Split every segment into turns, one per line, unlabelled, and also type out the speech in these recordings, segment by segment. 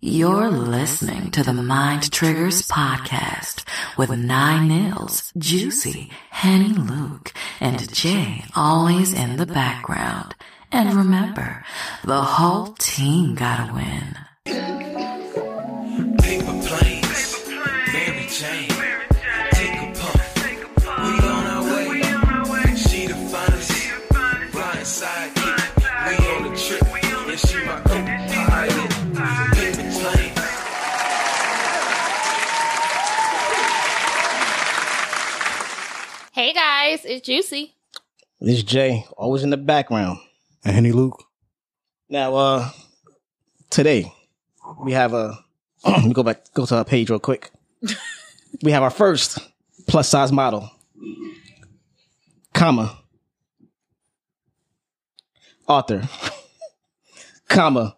You're listening to the Mind Triggers podcast with Nine Nils, Juicy, Henny Luke, and Jay always in the background. And remember, the whole team gotta win.
Paper planes, Mary Jane, take a puff. We on our way. She the finest, blind side kick. We on a trip, and she my co-pilot. Paper planes.
Hey guys, it's Juicy.
This Jay, always in the background.
And Henny Luke.
Now, uh, today we have a. let me go back, go to our page real quick. we have our first plus size model, comma, author, comma,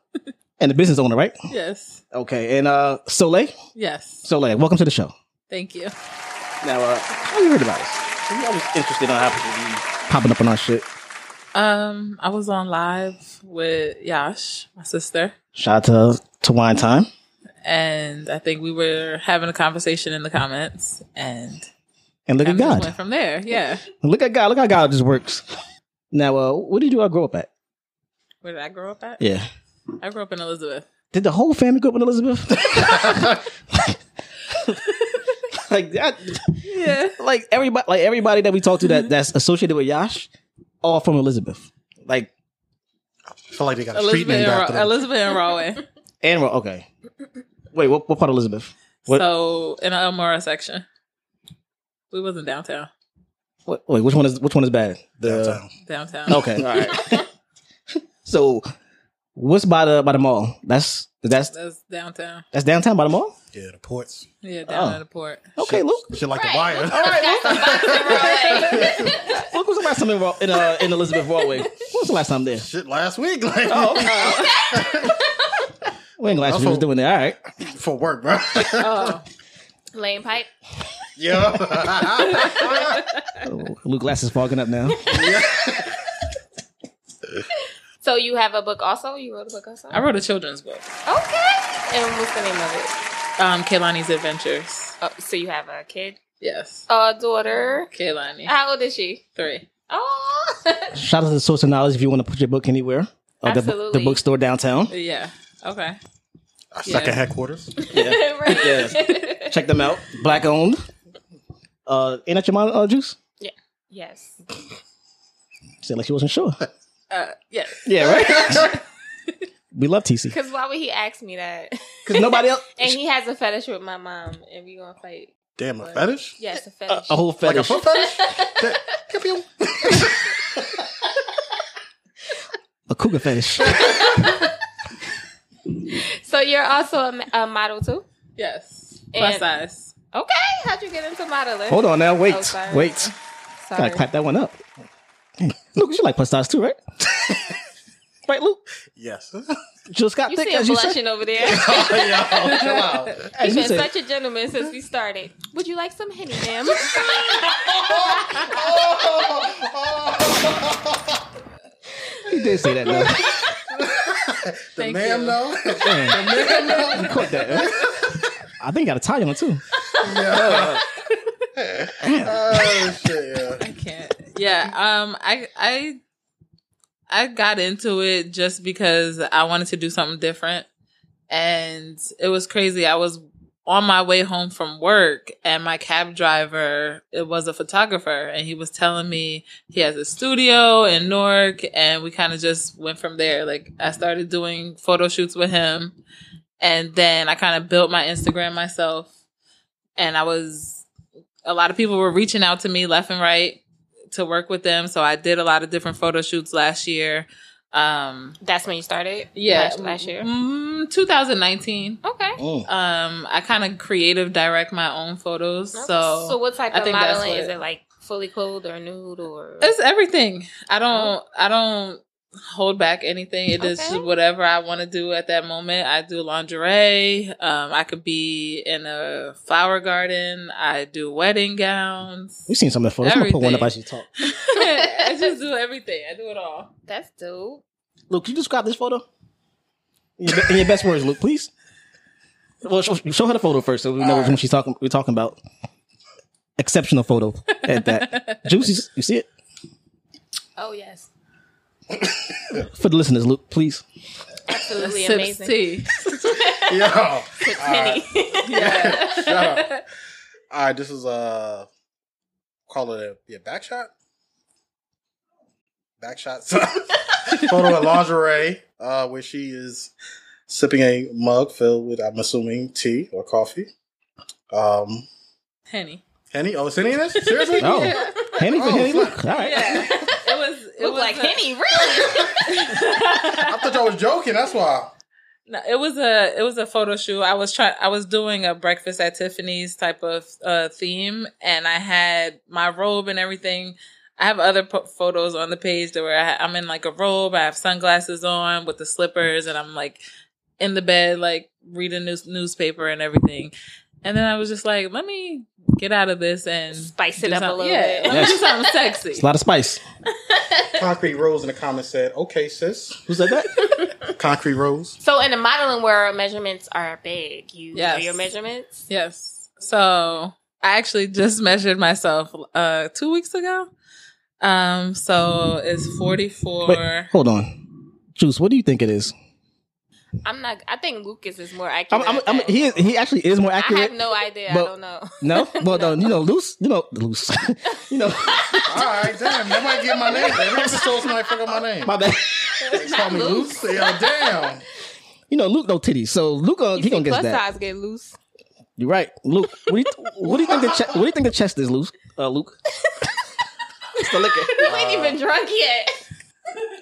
and the business owner, right?
Yes.
Okay, and uh, Soleil,
Yes.
Soleil, welcome to the show.
Thank you.
Now, uh, how you heard about us? We always interested on how people be popping up on our shit.
Um, I was on live with Yash, my sister,
Shout out to, to Wine Time.
and I think we were having a conversation in the comments, and
And look at
kinda just
God.
went from there. Yeah.
Look at God. Look how God just works. Now, uh, what did you all grow up at?
Where did I grow up at?
Yeah.
I grew up in Elizabeth.
Did the whole family grow up in Elizabeth? like that,
Yeah.
like everybody, like everybody that we talked to that that's associated with Yash, all from Elizabeth. Like,
I feel like they got a street
Elizabeth
named
and,
after
Ra-
them.
Elizabeth and Rahway.
and we're- okay. Wait, what, what part of Elizabeth? What-
So in the Elmora section, we wasn't downtown.
What, wait, which one is which one is bad?
Downtown.
Downtown.
Okay, all right. so, what's by the by the mall? That's that's
That's downtown.
that's downtown by the mall.
Yeah, the ports.
Yeah, down
Oh.
at the port.
Okay, look,
Shit like the wire.
look, what's the last time in Ra- in, uh, in Elizabeth Broadway? What's the last time there? Oh,
Shit last week. Like
We ain't glad
That's
she was
what-
doing that. All right.
for work, bro.
Oh,
Lane pipe.
yeah.
Luke Glass is fogging up now.
So you have a book also? You wrote a book also?
I wrote a children's book,
Okay. And what's the name of it?
um, Kaylani's Adventures.
Oh, so you have a kid?
Yes,
A daughter.
Kaylani
How old is she?
three.
Oh.
Shout out to the Source of Knowledge if you want to put your book anywhere. Uh, the, bu- the
Absolutely.
bookstore downtown.
Yeah. Okay.
I stuck
Yeah. uh,
at headquarters.
right.
Check them out. Black owned. Uh, ain't that your mom, uh, Juice?
Yes.
Said like she wasn't sure.
Uh, yeah.
Yeah, right? we love TC.
Because why would he ask me that?
Because nobody else.
And he has a fetish with my mom, and we gonna fight.
Damn, a fetish?
Yes, a
A,
fetish.
a whole
Like a
fetish.
foot fetish? That- pew, pew.
a cougar fetish.
So you're also a, ma- a model too.
Yes.
And-
Plus size.
Okay, how'd you get into modeling?
Hold on now. Wait.
Oh, sorry.
wait.
Sorry.
Gotta clap that one up. Hey, Luke, you like plus size too, right? right, Luke?
Yes.
Jill Scott
You
Thick,
see him
as you said.
blushing over there.
yeah, chill out.
As
He's
you
been
said.
such a gentleman since we started. Would you like some henny, ma'am?
He did say that, though.
The
Thank
ma'am
you.
though.
Man. You caught that, huh? I think I got a tie on too.
Yeah. oh shit, yeah.
I can't. Yeah. Um. I. I. I got into it just because I wanted to do something different, and it was crazy. I was on my way home from work, and my cab driver it was a photographer, and he was telling me he has a studio in Newark, and we kind of just went from there. Like I started doing photo shoots with him, and then I kind of built my Instagram myself. And I was, a lot of people were reaching out to me left and right to work with them. So I did a lot of different photo shoots last year. Um,
That's when you started.
yeah,
last, last year.
mm, 2019.
Okay.
Um, I kind of creative direct my own photos.
so
So
what type
I
of
think that's
modeling
what-
is it? Like fully clothed or nude or?
it's everything. I don't, I don't hold back anything. It is
Oh. Okay.
whatever I want to do at that moment. I do lingerie. Um, I could be in a flower garden. I do wedding gowns.
We've seen some of the photos. I'm gonna put one up as you talk.
I just do everything. I do it all.
That's dope.
Luke, can you describe this photo? In your, be- in your best words, Luke, please. Well, show, show her the photo first, so we know which one she's talking. We're talking about exceptional photo at that. Juicy, you see it
Oh yes,
for the listeners, Luke, please.
absolutely
Sips
amazing.
tea.
Yo.
Sips Henny.
Yeah. Shut up. All right, this is uh call it a yeah, back shot. Back shot. Photo of lingerie, uh, where she is sipping a mug filled with, I'm assuming, tea or coffee. Um,
Henny.
Henny? Oh, it's Henny in this? Seriously?
Oh, Henny for
Oh,
Henny,
fuck.
Luke. All right.
Yeah. It was it
Look
was
like
a-
Henny, really?
I thought y'all was joking. That's why.
No, it was a it was a photo shoot. I was trying I was doing a breakfast at Tiffany's type of uh, theme, and I had my robe and everything. I have other po- photos on the page that where I ha- I'm in like a robe. I have sunglasses on with the slippers, and I'm like in the bed, like reading news- newspaper and everything. And then I was just like, let me get out of this and
Spice
do
it up a
some-
little
yeah,
bit.
Let me do
Yes.
something sexy.
It's a lot of spice.
Concrete Rose in the comments said, okay, sis.
Who said that?
Concrete Rose.
So in the modeling world, measurements are big. You
Yes.
know your measurements.
Yes. So I actually just measured myself uh two weeks ago. Um, so it's forty
Wait,
four.
hold on. Juice, what do you think it is?
I'm not. I think Lucas is more
I'm,
accurate.
I'm,
at
I'm,
that.
he is, he actually is more
I
accurate.
have no idea.
but-
I don't know.
no, well, no, you know, loose, you know, loose, you know,
All right, damn. That might get my name. Every episode, somebody fuck up my name.
my bad.
They call me Luce. Yeah, damn.
You know, Luke no titties, so Luke uh,
You
he gonna
see
guess
plus
that.
size get loose.
You're right, Luke. What do you, what do you think the che- what do you think the chest is, Luke? Uh, Luke, it's the liquor.
You ain't even drunk yet.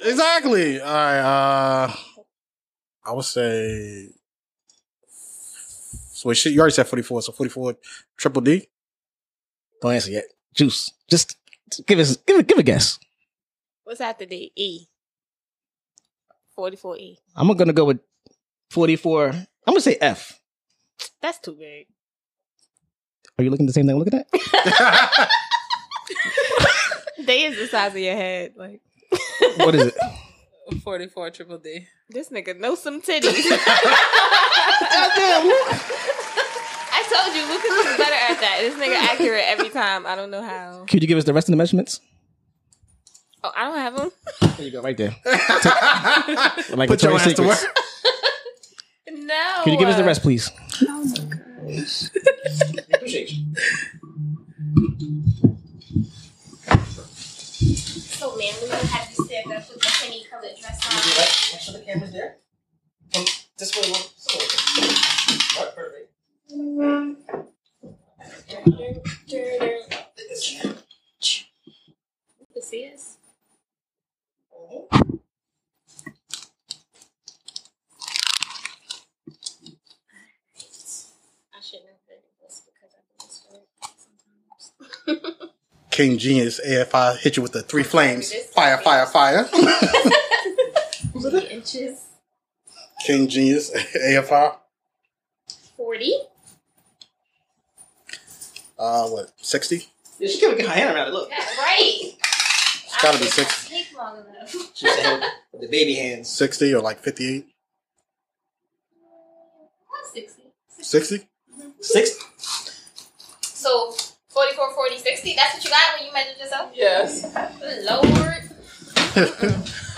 Exactly. All right. Uh, I would say. So wait, shit, you already said forty four. So forty four, triple D.
Don't answer yet. Juice, just give us give a, give a guess.
What's after the E? Forty-four E.
I'm gonna go with 44. I'm gonna say F.
That's too big.
Are you looking at the same thing I'm looking at?
They is the size of your head. Like
What is it?
Forty four triple D.
this nigga knows some titties. I told you, Lucas is better at that. This nigga accurate every time. I don't know how.
Could you give us the rest of the measurements?
Oh, I don't have them.
There you go, right there. Like
Put your
Victoria's
ass to work.
Secrets.
No.
Could you give us the rest, please?
So, ma'am, we will have you stand up with the penny colored dress on. You see us? I shouldn't have done this because I do this for sometimes.
King Genius AFI hit you with the three flames. Fire, fire, fire.
Three inches,
King Genius AFI.
40.
Uh, what? Sixty.
Yeah, she could get her hand around it. Look,
That's right.
It's gotta be sixty.
Take long enough.
she said the baby hands.
Sixty or like fifty-eight.
60.
Sixty.
Six.
So 44, 40, 60. That's what you got when you measured yourself?
Yes.
Lord.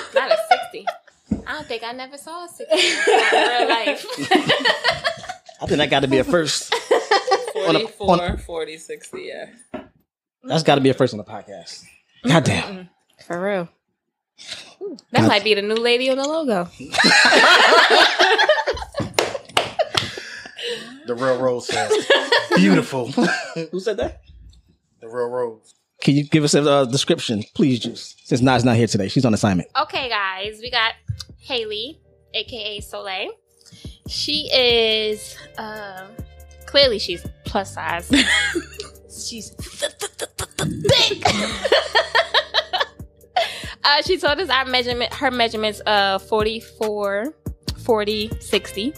Not a sixty. I don't think I never saw a sixty in real life.
I think that got to be a first.
44, 40, 60, yeah.
That's got to be a first on the podcast. Goddamn.
For real. That might be the new lady on the logo.
The real Rose said. Beautiful.
Who said that?
the real Rose.
Can you give us a uh, description, please, Juice? Since Nas not here today, she's on assignment.
Okay, guys, we got Haley, aka Soleil. She is um clearly she's plus size. she's big. uh, she told us our measurement. Her measurements uh 44, 40, 60.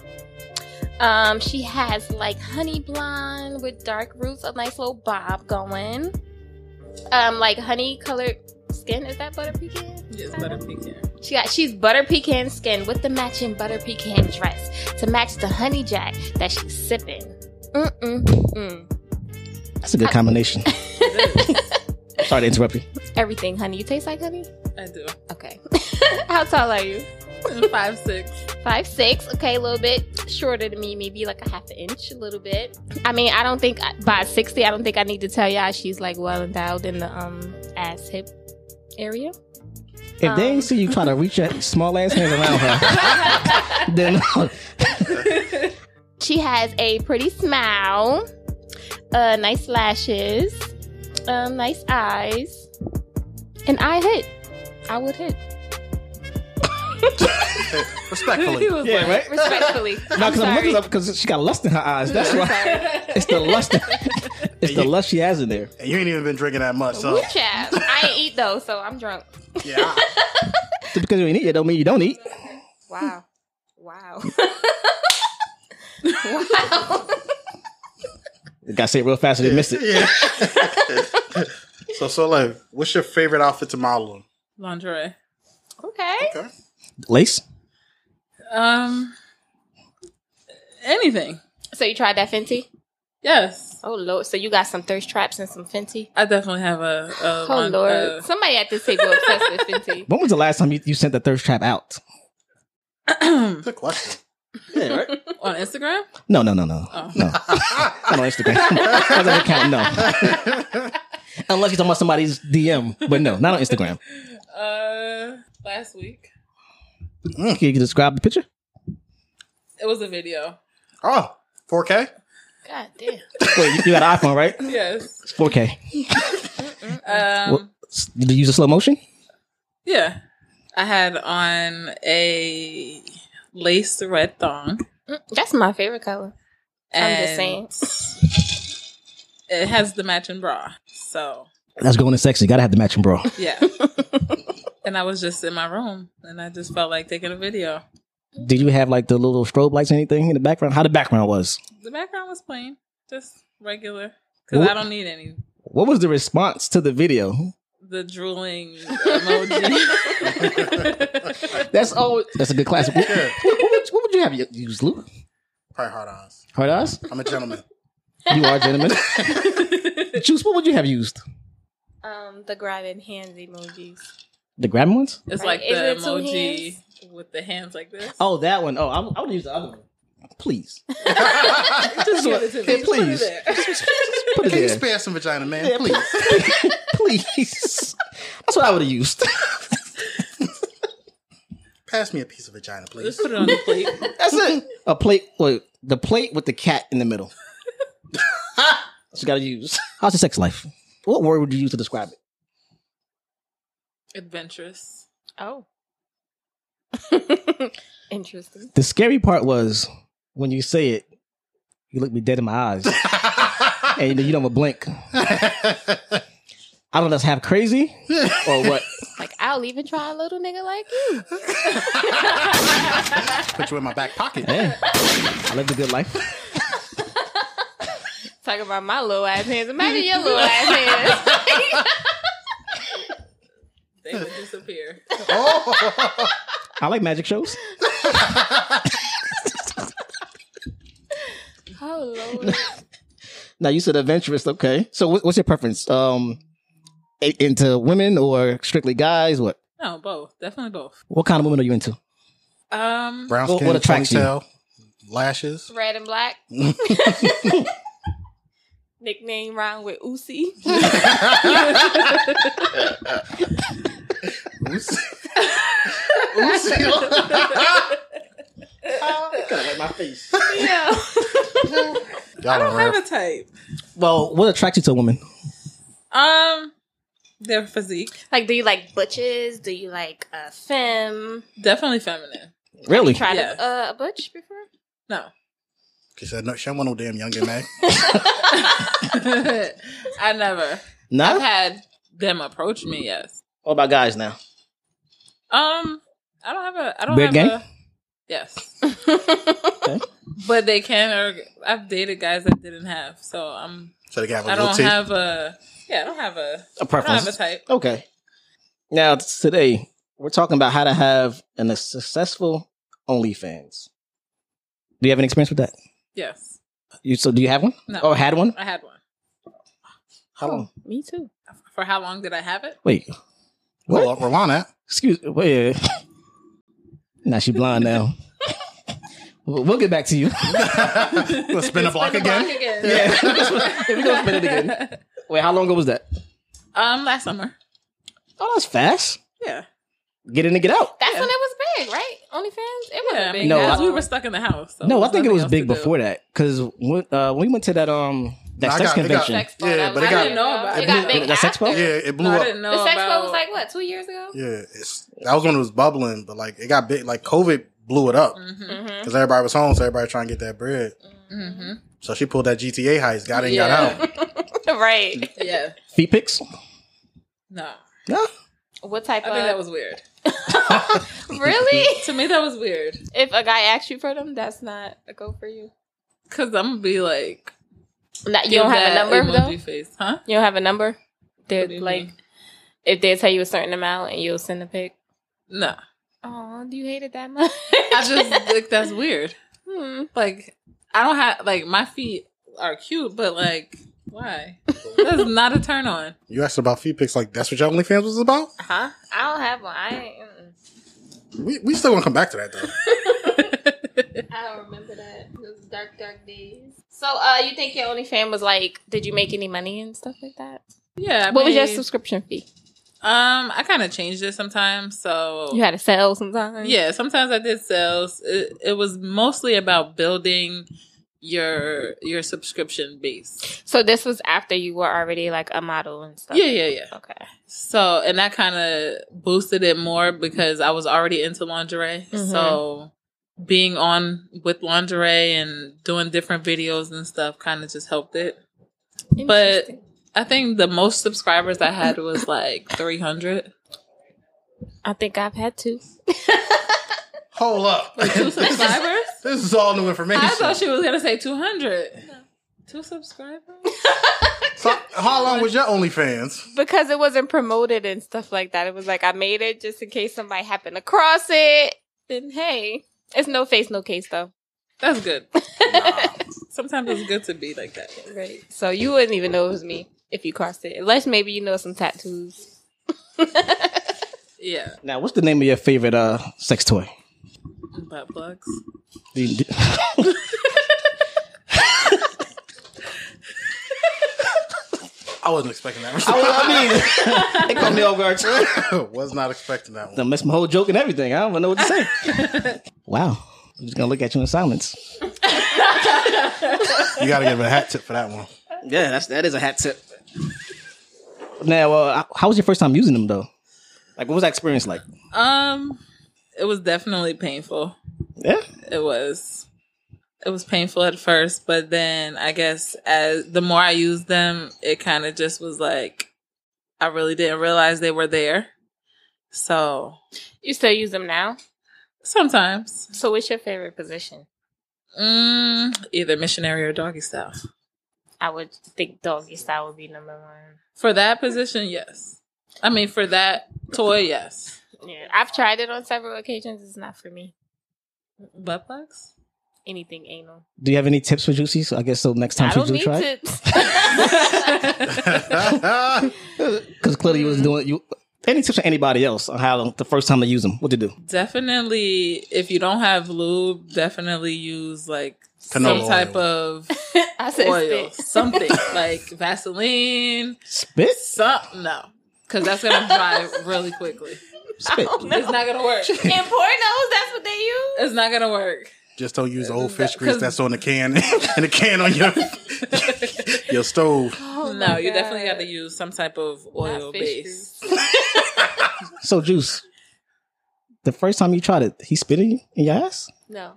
Um, she has like honey blonde with dark roots, a nice little bob going. Um, like honey colored skin. Is that butter pecan?
Just let it pecan.
She got she's butter pecan skin with the matching butter pecan dress to match the honey jack that she's sipping. Mm mm mm.
That's a good combination. Sorry to interrupt you.
Everything, honey. You taste like honey.
I do.
Okay. How tall are you?
Five six.
Five six. Okay, a little bit shorter than me, maybe like a half an inch, a little bit. I mean, I don't think by sixty, I don't think I need to tell y'all she's like well endowed in the um ass hip area.
If they ain't see you trying to reach your small ass hands around her, then
She has a pretty smile, uh, nice lashes, um, nice eyes, and I hit. I would hit
Respectfully.
was
yeah, right.
respectfully.
No,
I'm
because I'm
sorry.
looking up because she got lust in her eyes. That's why it's the lust. It's the lust she has in there.
And you ain't even been drinking that much, so
Woo, child. I ain't eat though, so I'm drunk.
yeah. I-
Just because you ain't eat, it don't mean you don't eat.
Wow. Wow. wow.
You gotta say it real fast so they miss it.
yeah. so, so like, what's your favorite outfit to model in?
Lingerie.
Okay.
Lace.
Um. Anything.
So you tried that Fenty?
Yes.
Oh lord. So you got some thirst traps and some Fenty?
I definitely have a. a
Oh
lin-
lord.
uh,
Somebody at this table obsessed with Fenty.
When was the last time you, you sent the thirst trap out?
Hmm. Good question.
Yeah, right.
on Instagram.
No, no, no, no,
Oh.
no. Not on Instagram. Not on that account. No. Unless you're talking about somebody's DM, but no, not on Instagram.
Uh, last week
Hmm, Can you describe the picture?
it was a video.
Oh, 4K?
God damn.
Wait, you, you got an iPhone, right?
Yes.
It's 4K.
Um.
What- Did you use a slow motion?
Yeah. I had on a lace red thong.
That's my favorite color. I'm
just saying. It has the matching bra. So,
That's going to sexy. Gotta have the matching bra.
yeah. and I was just in my room and I just felt like taking a video.
Did you have like the little strobe lights or anything in the background? How the background was?
The background was plain, just regular. Because I don't need any.
What was the response to the video?
The drooling emoji.
That's all. That's a good classic. What,
Yeah.
what, what, would, what would you have you- used, Luke?
Probably hard eyes.
Hard eyes?
I'm a gentleman.
You are a gentleman. Juice, what would you have used?
Um, the grabbing hands emojis.
The grabbing ones?
it's
Right,
like the
is it two
emoji with the hands like this.
Oh, that one. Oh, I, would- I would use the other one. Please. Just
Give
one.
it to me.
Hey,
Put it
please.
there.
Put
Can you
it there.
spare some vagina, man?
Yeah,
Please.
Please. That's what I would have used.
Pass me a piece of vagina, please.
Just put it on the plate.
That's it. A plate. Wait, the plate with the cat in the middle. That's what you gotta use. How's your sex life? What word would you use to describe it?
Adventurous.
Oh. Interesting.
The scary part was when you say it, you look me dead in my eyes, and you don't even blink. I don't know if that's half crazy or what.
Like I'll even try a little nigga like you.
Put you in my back pocket.
Hey, I lived a good life.
Talk about my little ass hands. Imagine your little ass hands.
They would disappear.
I like magic shows.
oh lord.
Now you said adventurous, okay? So what- what's your preference? Um, i- into women or strictly guys? What
No, both. Definitely both.
what kind of women are you into?
Um,
Brown
What-
skin,
what attracts you?
ponytail, lashes.
Red and black. Nickname rhyme with Usi.
my face.
yeah.
Y'all
I
don't
don't have
rare.
a type.
Well, what attracts you to a woman?
Um, their physique
Like, do you like butches? Do you like uh, femme?
definitely feminine.
Really?
Tried
Yeah.
a, uh, a butch before?
No,
She said, no, she don't want no damn young man.
I never.
Nah.
I've had them approach me. Yes.
What about guys now?
Um, I don't have a. I don't
Weird
have
gang?
a. Yes. But they can. Or I've dated guys that didn't have. So I'm.
So they can have
I
a little
don't
tea.
have a. Yeah, I don't have a.
A
I don't
preference.
have a type.
Okay. Now t- today, We're talking about how to have an, a successful OnlyFans. Do you have any experience with that?
Yes.
You so do you have one?
No. Oh.
Or had one?
I had one.
How long?
Me too.
For how long did I have it?
Wait. What?
Well, uh, rewind that.
Excuse. Wait. now she blind now. we'll we'll get back to you.
Let's spin a block
Spin the
again.
block again.
Yeah. we gonna spin it again. Wait, how long ago was that?
Um, last summer.
Oh, that's fast.
Yeah.
Get in and get out.
That's when it was big, right? OnlyFans? It wasn't
Yeah.
big.
No,
uh,
because
I-
we were stuck in the house. so
no, I
there
think it
nothing
was
else
big
to do.
before that because when, uh, when we went to that um that
No, I
sex
got- they got-
convention,
Sex
Yeah, but
that was
it got-
big, though.
It
it got
blew-
big.
the sex
after.
po?
Yeah, it blew
No, I
up.
didn't know.
The sex
about,
club was like what two years ago?
Yeah, it's, that was when it was bubbling, but like it got big. Like COVID blew it up
Mhm,
Mm-hmm.
because everybody was home, so everybody trying to get that bread.
mhm.
So she pulled that GTA heist, got in,
Yeah.
got out.
right.
Yeah.
feet pics.
No.
Yeah.
What type
I think that
of?
was weird.
really?
To me, that was weird.
If a guy asks you for them, that's not a go for you.
Cause I'm gonna be like,
Not, you don't
give
have a
that
number though.
emoji Face, huh?
You don't have a number. They
What do
are
you
like
mean?
if they tell you a certain amount and you'll send a pic.
No,
Oh, do you hate it that much?
I just think that's weird.
hmm.
Like, I don't have like my feet are cute, but like, why? That's not a turn on,
You asked about feet pics, like that's what your OnlyFans was about.
huh? I don't have one. I ain't, mm-mm.
We, we still gonna come back to that though.
I don't remember that. Those dark, dark days. So, uh, you think your OnlyFans was like? Did you make any money and stuff like that?
yeah. I
what was your
mean,
subscription fee?
um? I kind of changed it sometimes, so
You had to sell sometimes.
yeah sometimes i did sales it, it was mostly about building your your subscription base
So this was after you were already like a model and stuff.
yeah yeah yeah
Okay.
so and that kind of boosted it more because i was already into lingerie
Mhm.
so being on with lingerie and doing different videos and stuff kind of just helped it But-
Interesting.
i think the most subscribers i had was like 300
I think I've had two.
Hold up,
two
this, is,
subscribers
this is all new information.
i thought she was gonna say 200 two subscribers
so, how long was your OnlyFans?
Because it wasn't promoted and stuff like that. It was like I made it just in case somebody happened across it. Then hey. It's no face, no case though.
That's good. Sometimes it's good to be like that.
Right. So you wouldn't even know it was me if you crossed it. Unless maybe you know some tattoos.
Yeah.
Now, what's the name of your favorite uh sex toy?
Butt plugs.
Do you- do-
I wasn't expecting that.
I, I mean, they caught me off guard. too.
was not expecting that
They
one.
messed my whole joke and everything. I don't even know what to say. wow. I'm just gonna look at you in silence.
You gotta give it a hat tip for that one.
Yeah, that's that is a hat tip. Now, uh, how was your first time using them though? Like, what was that experience like?
Um, it was definitely painful.
Yeah,
It was. It was painful at first, but then I guess as the more I used them, it kind of just was like I really didn't realize they were there. So
You still use them now?
sometimes,
So what's your favorite position?
mm, either missionary or doggy style.
I would think doggy style would be number one.
For that position, yes. I mean, for that toy, yes.
Yeah, I've tried it on several occasions. It's not for me.
Butt plugs.
Anything anal.
Do you have any tips for Juicy? So I guess so next time
I
she
don't
do
need
try it,
tips.
because clearly you was doing you. Any tips for anybody else on how the first time to use them? What to do?
Definitely, if you don't have lube, definitely use like
Canola
some type
oil.
of
I said
oil,
spit.
something like Vaseline,
Spit,
some no, because that's gonna dry really quickly.
spit.
It's not gonna work. Oh
In pornos, that's what they use.
It's not gonna work.
Just don't use the old fish grease
'Cause-
that's on the can and the can on your your stove.
Oh
no, you definitely got to use some type of oil base.
So Juice, the first time you tried it, he spit in, you, in your ass.
No,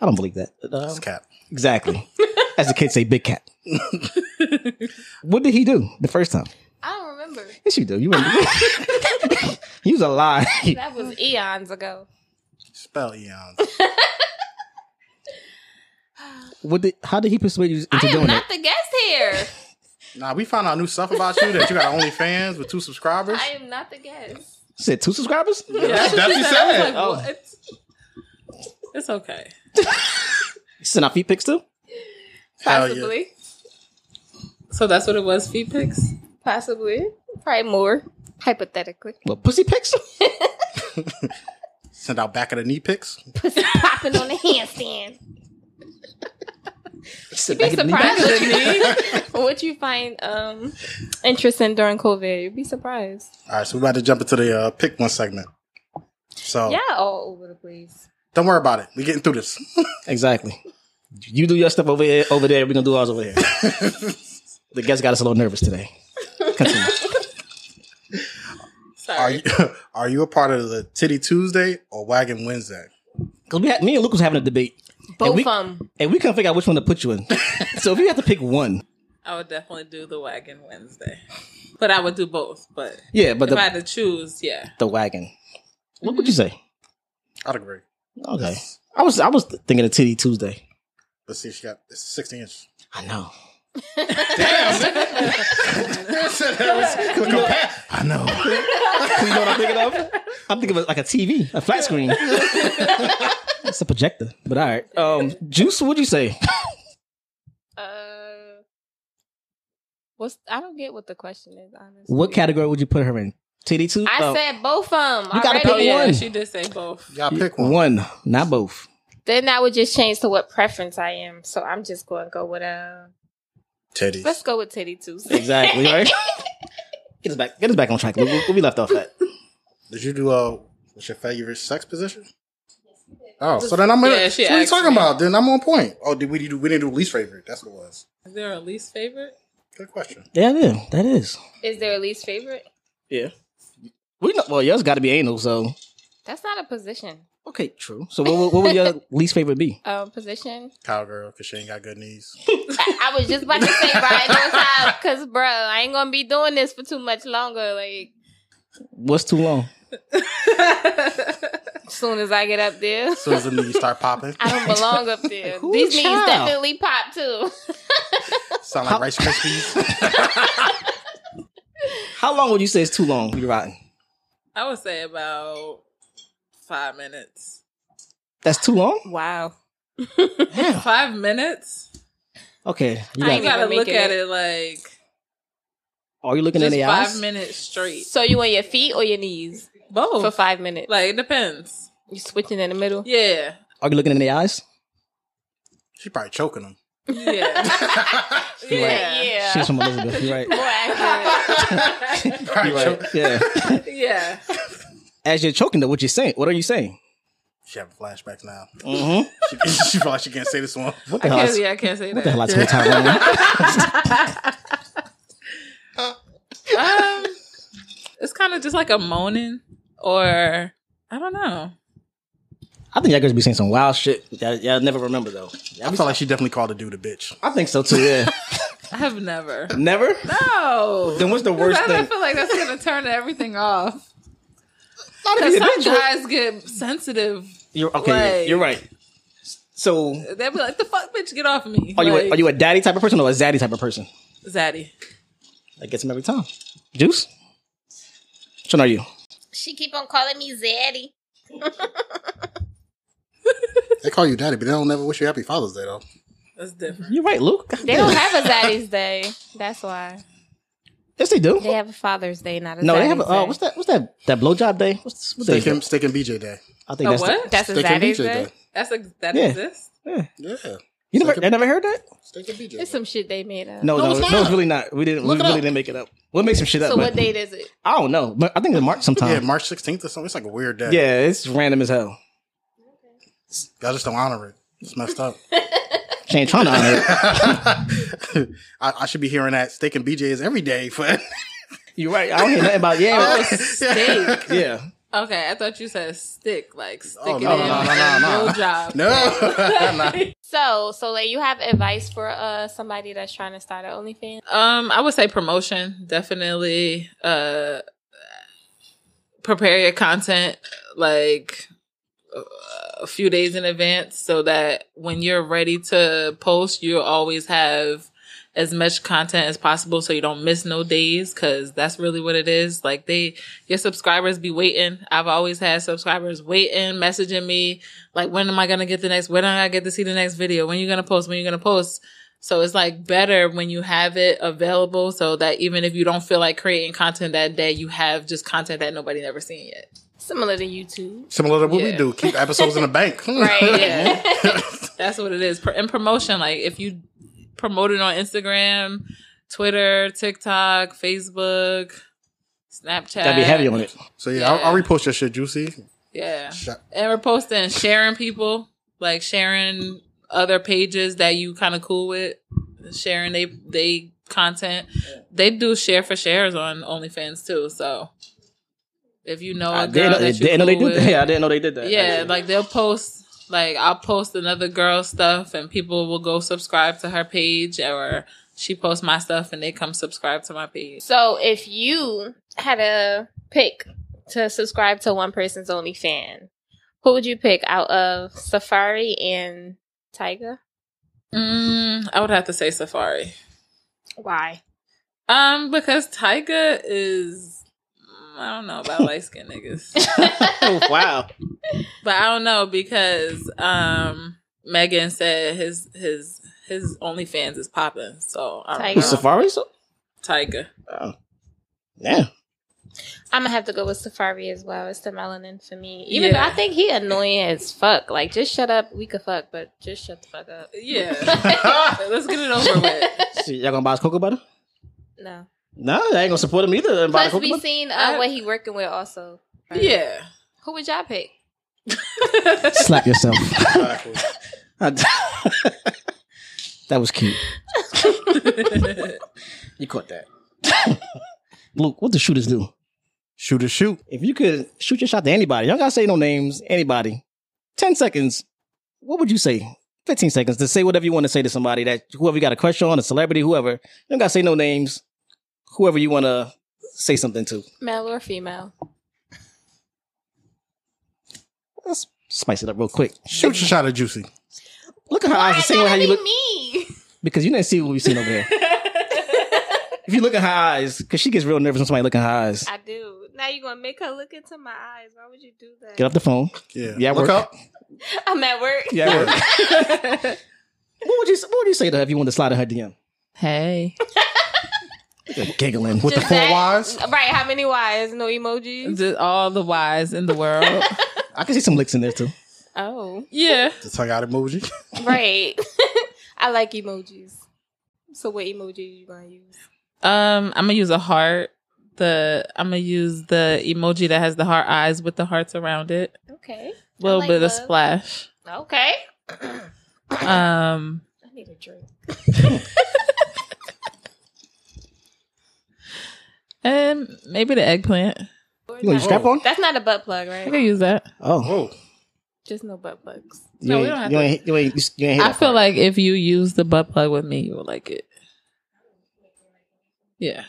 I don't believe that. Uh,
It's cap.
exactly, as the kids say, big cat. what did he do the first time?
I don't remember.
Yes, you do. You remember? he was a lie.
That was eons ago.
Spell eons.
What did, how did he persuade you into
I am
doing it?
not the guest here.
Nah, we found out new stuff about you that you got OnlyFans with two subscribers.
I am not the guest.
Said two subscribers?
that's
That's what she
I was
said.
like,
Oh.
what? It's okay.
Send out feet pics too?
Hell yeah.
Possibly.
So that's what it was. Feet pics.
Possibly. Probably more. Hypothetically.
Well, pussy pics?
Send out back of the knee pics.
Pussy popping on the handstand.
Sit
Be
back in the knee
surprised
pics.
what you, what you find um, interesting during COVID. You'd be surprised.
All right, so we're about to jump into the uh, pick one segment.
Oh.
So
Yeah, all over the place.
don't worry about it. We're getting through this.
Exactly. You do your stuff over here, over there. We're gonna do ours over here. the guest got us a little nervous today. Continue.
Are
Sorry.
you are you a part of the Titty Tuesday or Wagon Wednesday?
Cause we had, me and Luke was having a debate,
Both
we-
of 'em.
and we couldn't figure out which one to put you in. so if you had to pick one,
I would definitely do the wagon Wednesday, but I would do both. But
yeah, but
if I
the,
had to choose, yeah,
the wagon. What would you say?
I'd agree.
Okay, I was I was thinking of Titty Tuesday.
Let's see if she got it's 16 inch.
I know.
I know.
You know what I'm thinking of? I'm thinking of like a TV, a flat screen. It's a projector, but all right. Um, Juice, what'd you say?
Uh, what's, I don't get what the question is, honestly.
What category would you put her in? Titty Tuesday. Oh.
I said both of them.
You gotta
already.
pick
oh yeah,
one.
she did say both.
Y'all pick one.
one, not both.
Then I would just change to what preference I am. So I'm just going to go with uh,
Teddy.
let's go with Teddy Tuesday.
Exactly, right? get us back get us back on track. Luke. We, we left off at.
Did you do uh what's your favorite sex position? Oh, so then I'm gonna, so
Yeah, she
what are you
asked
talking
me.
about? Then I'm on point. Oh, did we do we didn't do least favorite? That's what it was.
Is there a least favorite?
Good question.
Yeah, yeah, that is.
Is their least favorite?
Yeah. We know well, yours gotta be anal, so
That's not a position.
Okay, true. So what, would- what would your least favorite be?
Um, position.
Cowgirl, because she ain't got good knees.
I, I was just about to say, Brian, no time, because bro, I ain't gonna be doing this for too much longer. Like,
What's too long?
as soon as I get up there,
So as the knees start popping,
I don't belong up there.
Who
These knees
child?
definitely pop too.
sound like Rice Krispies.
How long would you say is too long? You rotten.
I would say about five minutes.
That's too long?
Wow.
Yeah.
Five minutes.
Okay. You
I
You
ain't
got,
even
gotta look
making
at
it.
it like
are you looking in
just
the
five
eyes?
minutes straight.
So you on your feet or your knees
Both.
for five minutes?
Like it depends.
you switching in the middle?
Yeah.
Are you looking in the eyes?
She probably choking him.
Yeah. yeah.
Yeah.
She's from Elizabeth. You're right.
More accurate.
Probably
You're right.
choking.
Yeah.
Yeah.
As you're choking though, what you saying? What are you saying?
She having flashbacks now.
Mm-hmm.
She, she feel like she can't say this one.
What the
I
hell?
can't,
is-
yeah, I can't say
What the hell I
that.
told Tyrone?
Um, it's kind of just like a moaning, or I don't know.
I think y'all girls be saying some wild shit. Y'all, y'all never remember though.
I feel like she definitely called a dude a bitch.
I think so too. Yeah.
I have never.
never.
No.
Then what's the worst
I don't
thing?
feel like that's gonna turn everything off.
Not
Because some guys get sensitive.
You're okay. yeah,
Like-
you're right. So,
They'll be like, "The fuck, bitch, get off me."
are you
like,
a, are you a daddy type of person or a zaddy type of person?
zaddy?
That gets him every time. Juice. Which one are you?
she keep on calling me Zaddy.
They call you daddy, but they don't never wish you happy Father's Day though.
That's different.
You're right, Luke.
They don't have a Zaddy's Day. That's why
Yes, they do.
they have a Father's Day, not a
no,
Zaddy's
they have. A,
Day.
uh, what's that? What's that? That blowjob day? What's, what day
Steak
is that?
and, steak and BJ Day.
I think
A
that's. the-
what?
That's a
Steak and
Zaddy's
BJ
Day.
Day.
That's a, that
Yeah.
exists.
Yeah.
you never, I never heard that.
Steak and BJ Day.
It's some shit they made up.
No,
No,
no,
it's
no,
not.
it's really not. We didn't.
Look
we
it
really
up.
didn't make it up. We'll make some shit up.
So what
but-
date is it?
I don't know, but I think it's March sometime.
yeah, March 16th or something. It's like a weird day.
yeah, it's random as hell.
Y'all just don't honor it. It's messed up.
She ain't trying to honor it.
I, I should be hearing that steak and BJ's every day for
You're right. I don't hear nothing about yeah,
Steak.
yeah.
Okay, I thought you said stick, like stick
Oh,
it
no,
in.
no, no, no, no.
No job.
No. Nah.
So, so like, you have advice for uh somebody that's trying to start an OnlyFans?
Um, I would say promotion definitely. Uh, prepare your content like uh, a few days in advance so that when you're ready to post, you always have as much content as possible so you don't miss no days because that's really what it is. Like they, your subscribers be waiting. I've always had subscribers waiting, messaging me like, when am I gonna get the next? When am I get to see the next video? When you gonna post? When you gonna post? So it's like better when you have it available so that even if you don't feel like creating content that day, you have just content that nobody never seen yet.
Similar to YouTube.
Similar to what we
Yeah.
do, keep episodes in the bank.
Right.
Yeah. That's what it is. Pro- And promotion, like if you promote it on Instagram, Twitter, TikTok, Facebook, Snapchat.
Gotta be heavy on it.
So yeah, I'll, I'll repost your shit, Juicy.
Yeah.
Sh-
And we're posting, sharing people, like sharing other pages that you kind of cool with, sharing they they content. They do share for shares on OnlyFans too. So if you know
I
a girl
didn't know,
Oh, that you
didn't know they
cool
did
with-
that. Yeah, I didn't know they did that.
yeah,
actually.
like they'll post like I'll post another girl's stuff and people will go subscribe to her page or she posts my stuff and they come subscribe to my page.
So if you had a pick to subscribe to one person's only fan, who would you pick out of Safari and Tiger?
Mm, I would have to say Safari.
Why?
Um, because Tyga is mm, I don't know about light skinned niggas.
Oh, wow.
But I don't know because um Megan said his his his OnlyFans is popping. So I
Tyga.
don't
Who's
know.
Safari? So?
Tyga.
Oh. Yeah.
I'm gonna have to go with Safari as well. It's the melanin for me. Even
Yeah.
though I think he annoying as fuck. Like just shut up. We could fuck, but just shut the fuck up.
Yeah. Let's get it over with.
So y'all gonna buy us cocoa butter?
No.
No, they ain't gonna support him either. and buy
Plus
the cocoa
we
butter.
seen uh,
I-
what he working with also. right?
Yeah.
Who would y'all pick?
Slap yourself.
Exactly.
that was cute. You caught that. Luke, what do shooters do?
shoot a shoot.
If you could shoot your shot to anybody, y'all gotta say no names, anybody. 10 seconds. What would you say? 15 seconds to say whatever you want to say to somebody that whoever you got a crush on, a celebrity, whoever. You don't gotta say no names. Whoever you wanna say something to.
Male or female?
Let's spice it up real quick.
Shoot your shot at Juicy.
Look at her eyes and see how you look.
me.
Because you didn't see what we've seen over here. if you look in her eyes, because she gets real nervous when somebody look in her eyes.
I do. Now you're gonna make her look into my eyes. Why would you do that?
Get off the phone.
Yeah.
Yeah,
Look
work.
up.
I'm at work.
Yeah, work. what would you What would you say to her if you wanted to slide in her DM?
Hey.
Giggling.
With the
Just
four
that-
Y's.
Right, how many Y's? No emojis?
Just all the whys in the world.
I can see some licks in there too.
Oh.
yeah.
The tongue out emoji.
Right. I like emojis. So what emoji you gonna use?
Um, I'm gonna use a heart. The I'm gonna use the emoji that has the heart eyes with the hearts around it.
Okay.
A little
like
bit of
love.
splash.
Okay.
Um
I need a drink.
and maybe the eggplant.
Or
You want
not.
your strap on?
That's not a butt plug,
I
right?
could use that.
Oh,
Oh.
Just no butt plugs.
you,
No, we don't have
ain't, you,
to-
ain't, you ain't you ain't hit
I
that
feel
part.
like if you use the butt plug with me, you will like it. Yeah.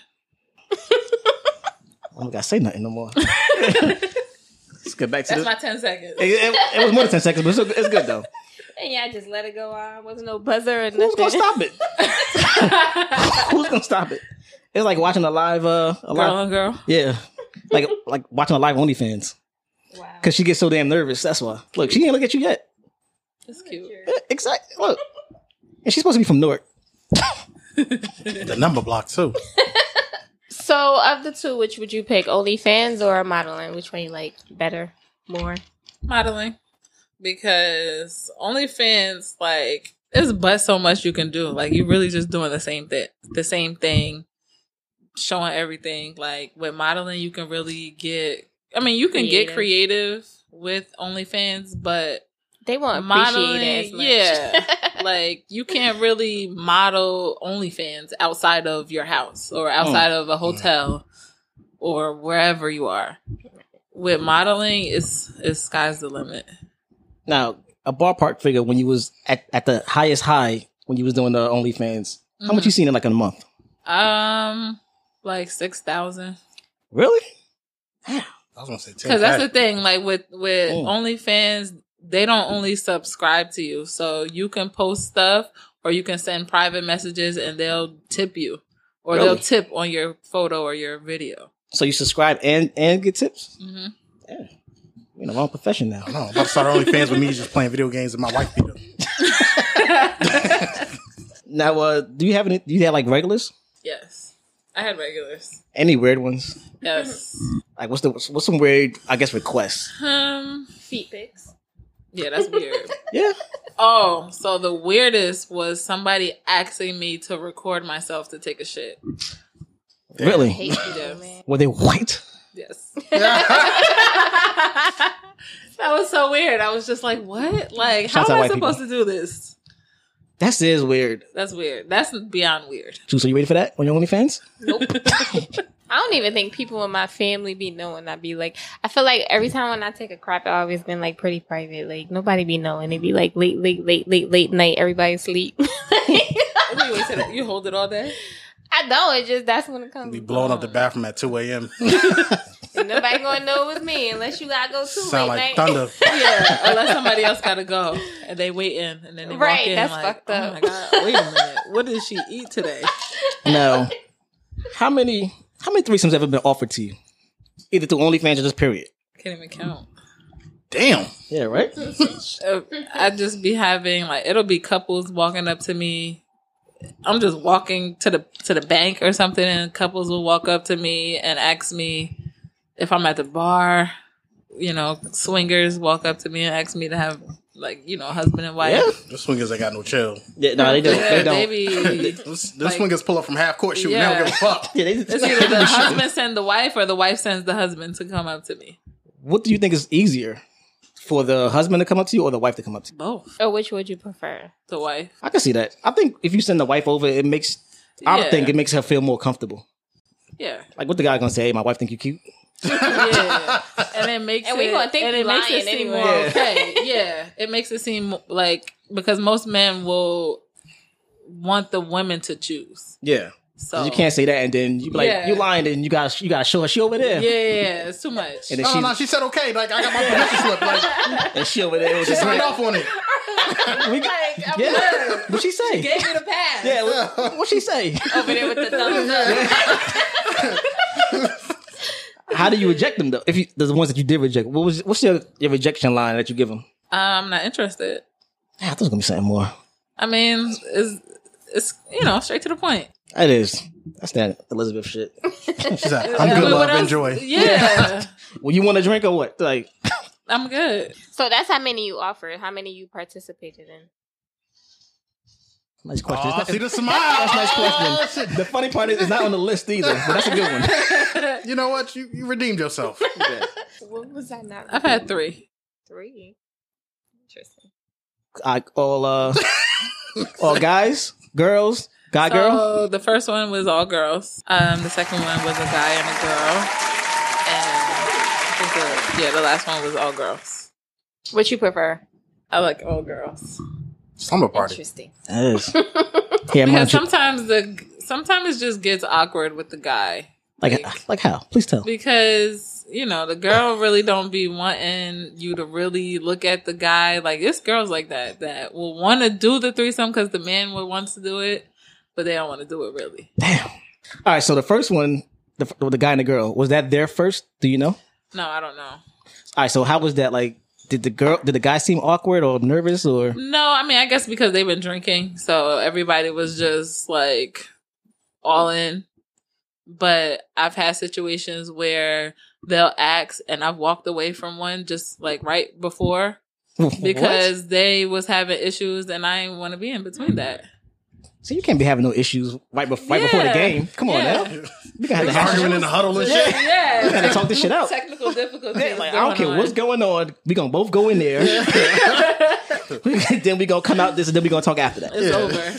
I don't gotta say nothing no more. Let's get back to this.
ten seconds.
it, it- it was more than ten seconds, but it's, it's good though.
And yeah, I just let it go on. Wasn't no buzzer or
Who's gonna
nothing.
stop it? Who's gonna stop it? It's like watching a live, uh, a
Girl
live,
on girl.
yeah, like like watching a live OnlyFans
Wow.
because she gets so damn nervous. That's why. Look, she ain't look at you yet.
That's cute.
Exactly. Look, and she's supposed to be from Newark.
The number block too.
So of the two, which would you pick? OnlyFans or modeling? Which one you like better? More?
modeling because OnlyFans like there's but so much you can do. Like you really just doing the same thing, the same thing, showing everything. Like with modeling, you can really get. I mean, you can get
Creative.
creative with OnlyFans, but
They won't appreciate it as much.
Modeling, yeah. like you can't really model OnlyFans outside of your house or outside of a hotel or wherever you are. With modeling, it's it's sky's the limit.
Now, a ballpark figure when you was at, at the highest high when you was doing the OnlyFans, how much you seen in like a month?
Um, like six thousand.
Really?
I was gonna say ten.
Because that's the thing. Like with with
Mm.
OnlyFans, they don't only subscribe to you, so you can post stuff or you can send private messages and they'll tip you, or
Really?
they'll tip on your photo or your video.
So you subscribe and and get tips.
hmm
You know, I'm a profession now.
I know. I'm about to start OnlyFans with me just playing video games and my wife beat up.
Now, uh, do you have any? Do you have like regulars?
Yes, I had regulars.
Any weird ones?
Yes.
Like, what's the what's some weird? I guess requests.
um.
Feet pics.
Yeah, that's weird.
Yeah.
oh, so the weirdest was somebody asking me to record myself to take a shit.
Really?
Hate you,
Oh,
Yes.
man.
Were they white?
Yes. that was so weird. I was just like, what? Like, how
Shouts out
am I
white people.
supposed to do this?
That is weird.
That's weird. That's beyond weird.
Juice, are you ready for that on your OnlyFans?
I don't even think people in my family be knowing. I be like, I feel like every time when I take a crap, I always been like pretty private. Like nobody be knowing. It be like late, late, late, late, late night. Everybody sleep. I
What do you, mean, say that? You hold it all day?
don't. It's just that's when it comes.
Be blowing up the bathroom at 2 a.m.
And nobody gonna know it was me unless you gotta go too
Sound like
late night.
thunder.
Yeah. Unless somebody else got to go and they wait in and then they walk
Right,
in.
that's
like,
fucked
oh
up.
my God. Wait a minute. What did she eat today?
No. How many? How many threesomes have ever been offered to you, either through OnlyFans or just period?
Can't even count.
Damn.
Yeah. Right.
Uh, I just be having like it'll be couples walking up to me. I'm just walking to the to the bank or something, and couples will walk up to me and ask me if I'm at the bar. You know, swingers walk up to me and ask me to have like you know husband and wife.
Yeah.
The swingers ain't got no chill.
Yeah. No, they don't.
Yeah,
They don't.
they be-
This, this
Like-
swingers pull up from half court shooting. They don't give a fuck.
Yeah, they-
it's either the husband send the wife or the wife sends the husband to come up to me.
what do you think is easier for the husband to come up to you or the wife to come up to you?
Both
Or Oh, which would you prefer?
the wife.
I can see that. I think if you send the wife over, it makes I
Yeah.
think it makes her feel more comfortable.
Yeah,
Like what the guy gonna say? Hey, my wife think you cute.
yeah, and it makes
And
it,
we gonna think
and
you
it makes
lying
it seem
anyway.
more
Yeah.
okay. Yeah, it makes it seem like because most men will want the women to choose.
Yeah,
So
you can't say that, and then you be like
Oh. Yeah.
you lying, and you got you got to show her she over
Yeah, Oh,
there,
yeah, yeah, it's too much.
and then
No,
she
Oh, no, no. She said okay. Like I got my permission slip. Like
and she over there. With
she
the
signed
drink.
off on it.
We- yeah, what she say?
Gave me the pass.
yeah, what, what she say?
Over there with the thumbs up.
How do you reject them though? If you the ones that you did reject, what was what's your, your rejection line that you give them?
I'm not interested.
I thought it was gonna be something more.
I mean, it's it's you know straight to the point.
That is that's that Elizabeth shit.
She said, "I'm
I
good.
mean, what
Love,
else-
enjoy."
Yeah,
Well, you want a drink or what? Like
I'm good.
So that's how many you offered. How many you participated in?
nice question.
Oh,
It's not-
see the smile. Oh,
That's a nice question. the funny part is it's not on the list either, but that's a good one.
You know what? You, you redeemed yourself.
What was that not?
I've had three.
Uh, three. Interesting.
I, all uh, all guys, girls, guy, girl.
So the first one was all girls. Um, the second one was a guy and a girl, and I think the, yeah, the last one was all girls.
What you prefer?
I like all girls
Summer party.
Interesting.
That is. Yeah, I'm gonna
because
ju-
sometimes the sometimes it just gets awkward with the guy
like uh, like how? Please tell.
because you know the girl really don't be wanting you to really look at the guy like it's girls like that that will want to do the threesome because the man will wants to do it, but they don't want to do it really.
Damn. All right, so the first one, the f- the guy and the girl, was that their first? Do you know?
No, I don't know.
All right, so how was that? Like, did the girl, did the guy seem awkward or nervous or?
No, I mean, I guess because they've been drinking, so everybody was just like all in. But I've had situations where they'll ask, and I've walked away from one just like right before
What?
because they was having issues, and I didn't want to be in between that.
so you can't be having no issues right before right before the
Yeah.
game. Come on
Yeah.
now, we gotta have to hash-
Arguing in the huddle and shit.
we gotta
Yeah,
talk this shit out.
technical difficulties.
Yeah, like I don't
going
care
on.
what's going on. We gonna both go in there. then we gonna come out this, and then we gonna talk after that.
It's
Yeah.
over.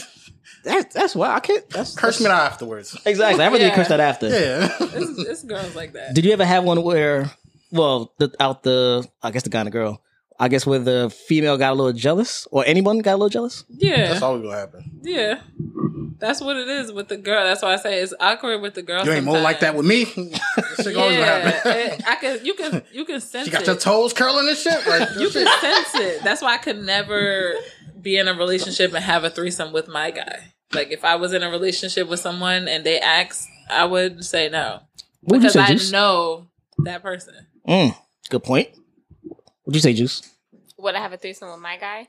That's that's why I can't. That's
Curse me out afterwards.
exactly. I really
Yeah.
curse that after.
Yeah.
It's, it's girls like that.
Did you ever have one where, well, the, out the I guess the guy and the girl, I guess where the female got a little jealous, or anyone got a little jealous?
Yeah,
That's always gonna happen.
yeah. That's what it is with the girl. That's why I say it's awkward with the girl.
You ain't more like that
sometimes.
with me. This shit always gonna
Yeah,
happen.
it- I can. You can. You can sense
She got
it.
your toes curling and shit. Like
you
this
can
shit.
sense it. That's why I could never be in a relationship and have a threesome with my guy. Like if I was in a relationship with someone and they asked, I would say no
What would you
because
say,
I
Juice?
know that person.
Mm, good point. Would you say, Juice?
Would I have a threesome with my guy?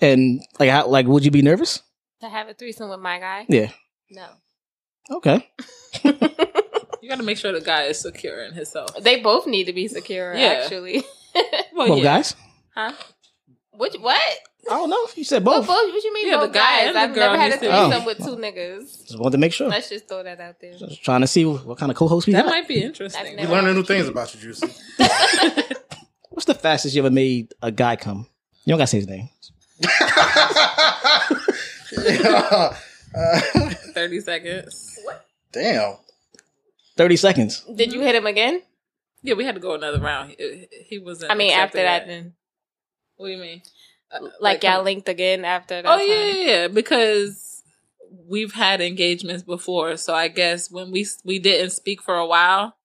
And like, how, like, would you be nervous?
To have a threesome with my guy?
Yeah.
No.
Okay.
You got to make sure the guy is secure in himself.
They both need to be secure,
Yeah.
actually.
Well,
Both
Oh, yeah.
guys?
Huh? Which what?
I don't know. You said
What
both.
both? What you mean
Yeah, the
both
guy
guys?
and the
I've
girl
never had a
needs to
be-
threesome
Oh.
with two niggas.
Just wanted to make sure.
Let's just throw that out there.
Just trying to see what kind of co-host we
That
got.
might be
I've
interesting.
We
never-
learning new things about you, Juicy.
What's the fastest you ever made a guy come? You don't gotta say his name.
Yeah. Uh,
Thirty seconds.
damn.
Thirty seconds.
Did you hit him again?
Yeah, we had to go another round. He, he wasn't.
I mean, after
accepting
that, then
What do you mean? Uh,
like y'all linked again after that.
Oh
time?
yeah, yeah, yeah, because we've had engagements before, so I guess when we we didn't speak for a while,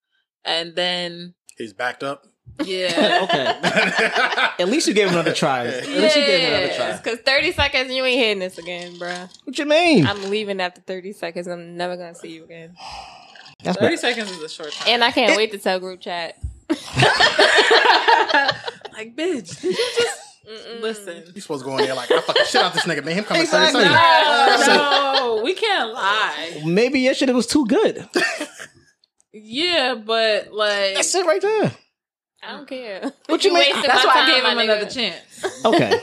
and then
He's backed up.
yeah,
okay. At least you gave him another try. At least you gave him another try.
Yeah.
Cause thirty seconds, you ain't hitting this again, bruh.
What you mean?
I'm leaving after thirty seconds. I'm never gonna see you again.
That's
thirty
bad.
seconds is a short time.
And I can't wait to tell group chat. Oh,
like, bitch, did you just listen?
You supposed to go in there like, I fucking shit out this nigga, man. Him coming
Exactly.
exactly.
Uh, No, we can't lie.
Maybe your shit was too good.
Yeah, but like,
That's it right there.
I don't care.
What you mean?
wasted
that's
my
why I
time,
gave
my
him
nigga.
another chance
Okay.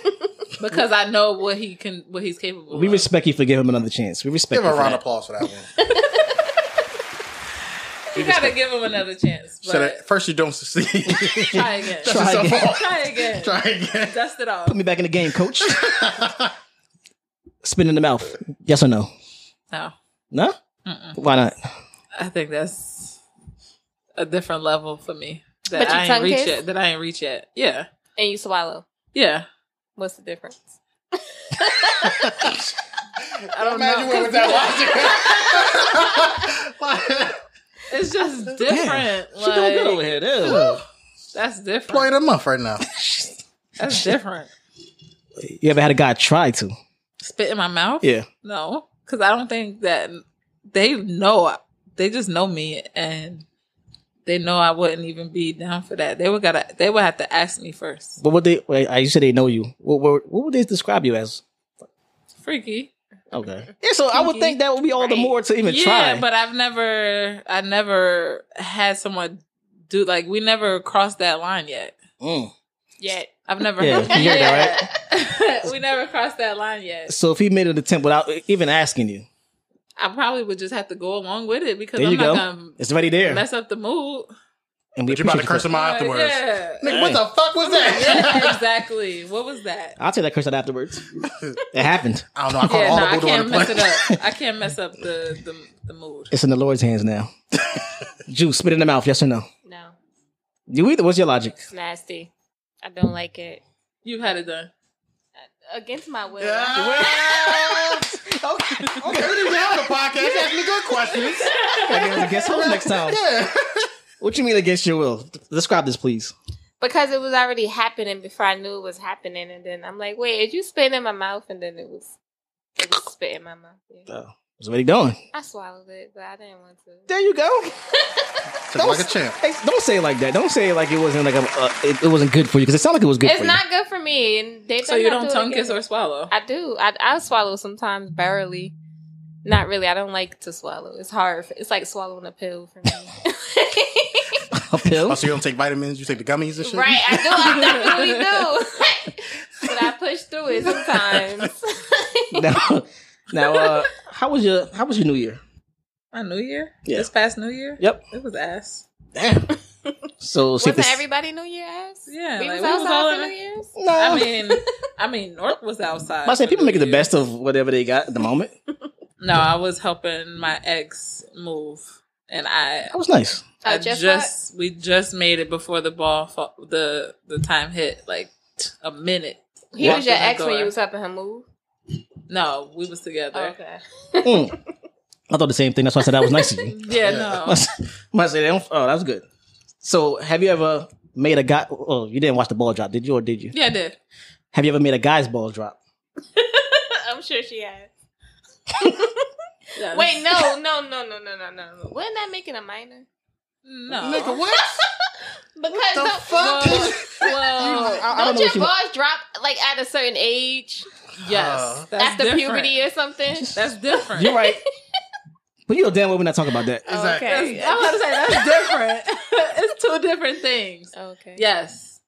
because I know what he can, what he's capable.
We
of.
respect you for giving him another chance. We respect
Give
you
a
for
round
that.
of applause for that one.
You gotta give him another chance.
So
But
that first you don't succeed.
try again.
Dust yourself
again.
off.
Try again.
Try again.
Dust it off.
Put me back in the game, coach. Spin in the mouth. Yes or no?
No,
No? Why not?
I think that's a different level for me. That
But you
I ain't
tongue
reach
kiss?
yet. That I ain't reach yet. Yeah,
And you swallow.
yeah.
What's the difference?
I don't Imagine know. with that logic.
It's just different.
She doing good over
like,
here. Ew.
That's
Play
different.
of the month right now.
That's different.
You ever had a guy try to?
Spit in my mouth.
Yeah.
No, because I don't think that they know. They just know me, and they know I wouldn't even be down for that. They would gotta. They would have to ask me first.
But what they? Wait, I- you said they know you. What, what, what would they describe you as?
Freaky.
Okay. Yeah, so I would think that would be all the more to even
yeah,
try.
but I've never, I never had someone do like we never crossed that line yet.
Mm.
Yet.
I've never,
Yeah, you hear that,
we never crossed that line yet.
So if he made an attempt without even asking you,
I probably would just have to go along with it because
there
I'm
you go.
not gonna
it's already there.
mess up the mood.
and we
But you're about
appreciate
to curse
you
him out afterwards.
Yeah.
Nigga, what the fuck was that?
Yeah, exactly. What was that?
for- I'll take that curse out afterwards. it happened.
I don't know. I caught
Yeah,
all
no,
the
I
voodoo on
can't
the
mess
plate.
it up. I can't mess up the the, the mood.
It's in the Lord's hands now. Juice, spit in the mouth. Yes or no?
No.
You either. What's your logic?
It's nasty. I don't like it.
You've had it done.
Against my will.
okay.
Okay, we didn't have the podcast. Ask me good questions.
Guess who next time?
Yeah.
What you mean against your will? Describe this, please.
Because it was already happening before I knew it was happening and then I'm like, wait, did you spit in my mouth? And then it was it was spit in my mouth. Yeah.
Oh, what's what he doing?
I swallowed it, but I didn't want to.
There you go.
Took like a champ.
Hey, don't say it like that. Don't say it like it wasn't like a, uh, it, it wasn't good for you because it sounded like it was good
It's
for
not good for me. And they
So
better
you
not
don't
do it
tongue kiss
again.
or swallow.
I do. I I swallow sometimes barely. Not really. I don't like to swallow. It's hard. It's like swallowing a pill for me.
you. A pill.
Oh, so you don't take vitamins? You take the gummies and shit?
Right, I do. I definitely do. but I push through it sometimes.
now, now, uh, how was your how was your New Year?
My New Year,
Yeah.
this past New Year,
Yep.
it was ass.
Damn. So see
Wasn't
this.
everybody New Year ass?
Yeah,
we
like,
was
we was
outside
all
for
in
New
it.
Year's.
no.
I
I mean,
mean, I mean, North was outside.
I say
for
people
New
make the
Year.
best of whatever they got at the moment.
No, I was helping my ex move, and I,
That was nice.
Oh,
I
just
just, we just made it before the ball, fa- the the time hit like t- a minute.
He was
Walked
your
in the
ex when
door.
you was helping him move.
No, we was together.
okay.
Mm. I thought the same thing. That's why I said that was nice of you.
Yeah,
I
no,
say they don't. Oh, that was good. So, have you ever made a guy? Oh, you didn't watch the ball drop, did you, or did you?
yeah, I did.
Have you ever made a guy's ball drop?
I'm sure she has.
Yes.
Wait, no, no, no, no, no, no, no. Wasn't that making a minor?
no.
Nigga, what?
Because
the
don't-
fuck?
Whoa,
Well,
I, I
don't,
don't know what
your
you.
bars drop like at a certain age
Uh,
yes, that's
after
different.
puberty or something?
That's different.
You're right. But you know damn well we're not talking about that.
Exactly.
Okay.
I'm about to say that's different. it's two different things.
Okay.
Yes.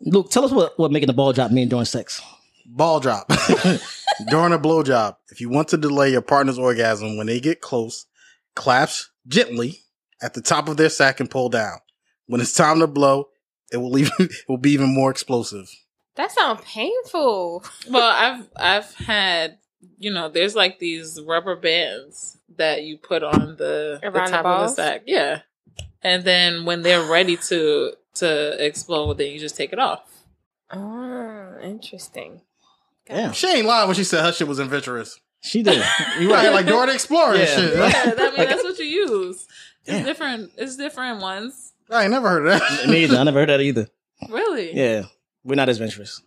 Luke, tell us what, what making the ball drop mean during sex.
Ball drop. During a blow job, if you want to delay your partner's orgasm when they get close, clasp gently at the top of their sack and pull down. When it's time to blow, it will even it will be even more explosive.
That sounds painful.
Well, I've I've had you know, there's like these rubber bands that you put on the, the
Around the
top of the
balls?
sack. Yeah. And then when they're ready to to explode, then you just take it off.
Oh,
Ah,
interesting.
Yeah.
She ain't lying when she said her shit was adventurous.
She did.
You right, like Dora the Explorer and
Yeah.
shit.
Yeah, I mean that's what you use. It's
Yeah.
different it's different ones.
I ain't never heard of that.
Me either. I never heard that either.
Really?
Yeah. We're not adventurous.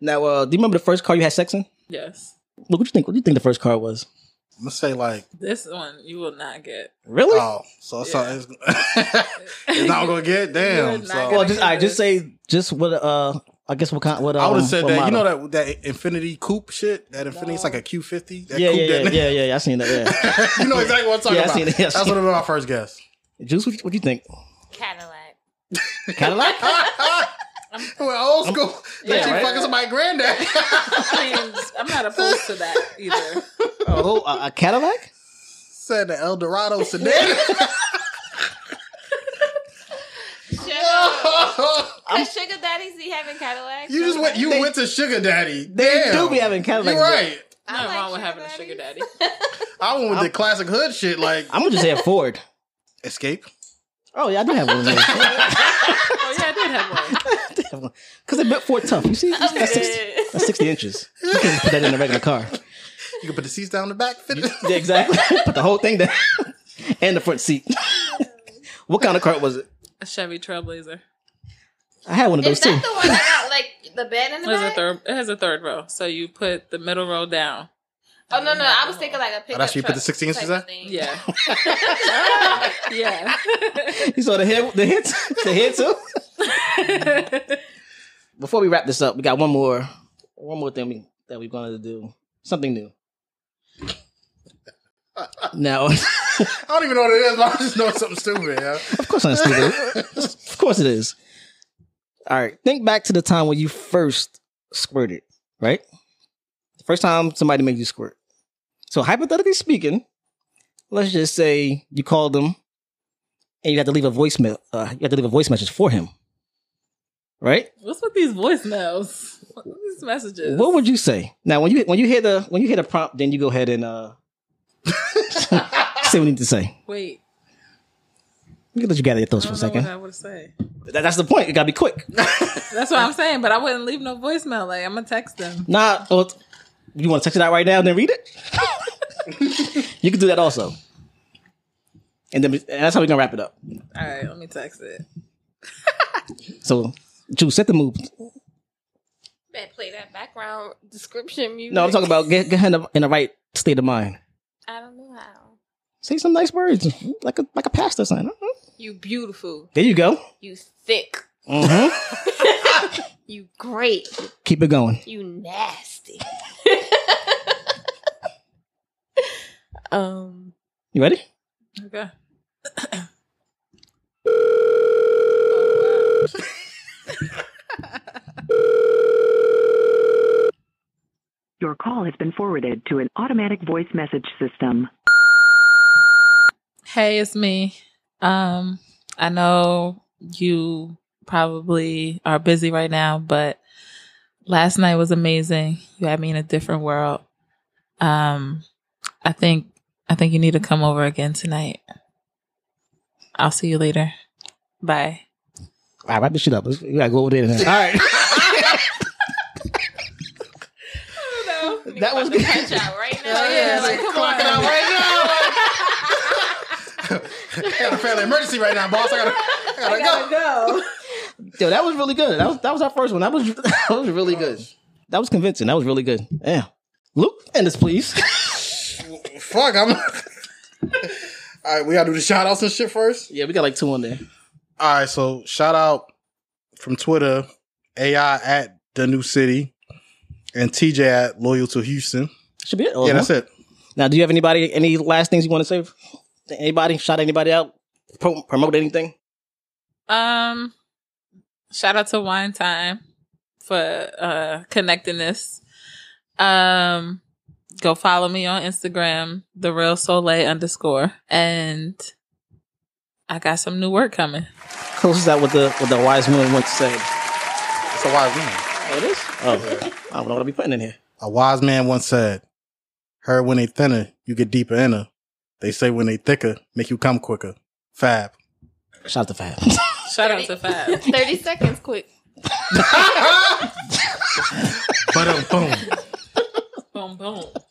Now, uh, do you remember the first car you had sex in?
yes.
Look, what you think? What do you think the first car was?
I'm gonna say like,
This one you will not get.
Really?
oh, so it's, not- it's, it's not gonna get damn.
You're not
So
gonna
well, just I just say just what uh I guess what kind what um,
I would have said
what
that. You know
model.
that that Infinity Coupe shit. That Infinity, it's like a Q50. That
yeah,
coupe
yeah, yeah,
that-
yeah, yeah, yeah. I seen that. Yeah.
you know exactly what I'm talking
Yeah, I
about.
seen it, yeah, I
That's
seen
what been my first guess.
Juice, what, you- what you think?
Cadillac.
Cadillac?
We're old school. That
Yeah,
you
right.
fucking somebody granddad.
I mean I'm not opposed to that either.
oh, a, a Cadillac?
Said the El Dorado sedan.
Does Sugar Daddy Z having Cadillacs?
you just went. You
They-
went to Sugar Daddy.
They
Damn.
do be having Cadillacs.
You're right.
Nothing
like
wrong with
sugar
having a sugar daddy.
daddies.
I went with the classic hood shit, like
I'm gonna just say a Ford.
Escape.
Oh yeah, I do have one. of those.
oh yeah, I did have one.
Because they built Ford tough. You see, that's 60,
Good.
that's 60 inches. You can put that in a regular car.
You can put the seats down the back. Fit it.
Yeah, exactly. put the whole thing down and the front seat. what kind of car was it?
A Chevy Trailblazer.
I had one of
Is
those too.
that the one that got like the bed in
It
the
has a
back?
third. It has a third row, so you put the middle row down.
Oh no, no, I was thinking like a pickup.
that's where you put
truck
the 16 inches
type
at?
thing.
Yeah, yeah.
You saw the head, the head, the head too. Before we wrap this up, we got one more, one more thing we, that we're going to do. Something new. Now, of
I don't even know what it is. But I just know it's something stupid. Yeah.
course I'm stupid. Of course it is. All right, think back to the time when you first squirted, right? The first time somebody made you squirt. So hypothetically speaking, let's just say you called them, and you had to leave a voicemail. Uh, you had to leave a voice message for him, right?
What's with these voicemails? What are these messages?
What would you say now when you when you hear the when you hear the prompt? Then you go ahead and uh, say what you need to say.
Wait.
We can let you gather your thoughts
I
for a
don't know what
second.
I would say.
That, that's the point. You gotta be quick.
That's what I'm saying, but I wouldn't leave no voicemail. Like I'm gonna text them.
Nah, well, you want to text it out right now and then read it? you can do that also. And then and that's how we're gonna wrap it up.
All right, let me text it.
So, Juice, set the mood.
Man, play that background description music.
No, I'm talking about get, get her in the, in the right state of mind.
I don't know how.
Say some nice words, like a like a pastor sign.
You beautiful.
There you go.
You thick.
Mhm.
You great.
Keep it going.
You nasty. um.
You ready?
Okay.
Your call has been forwarded to an automatic voice message system.
Hey, it's me. Um, I know you probably are busy right now, but last night was amazing. You had me in a different world. Um, I think I think you need to come over again tonight. I'll see you later. Bye.
All right, wrap this shit up. Let's, we gotta go over there. Then. All right. That was good.
Punch out right now.
yeah, like, clocking out right now. I got a family emergency right now, boss. I gotta, I gotta, go.
Yo, that was really good. That was that was our first one. That was that was really good. That was convincing. That was really good. Yeah. Luke, end this, please.
Fuck, I'm. All right, we gotta do the shout outs and shit first.
yeah, we got like two on there.
All right, so shout out from Twitter, AI at the new city, and TJ at loyal to Houston.
Should be it. Uh-huh.
Yeah, that's it.
Now, do you have anybody? Any last things you want to say? Anybody? Shout anybody out? Pro- promote anything?
Um, shout out to Wine Time for uh connecting this. Um, go follow me on Instagram, the real Soleil underscore, and I got some new work coming.
Close us out with the with the wise woman once said.
That's a wise man.
Oh, it is. Oh, I don't know what I'll be putting in here.
A wise man once said, "Heard when they thinner, you get deeper in her. They say when they thicker, make you come quicker." Fab.
Shout out to Fab.
Shout out to Fab.
30 seconds quick.
But boom.
boom, boom.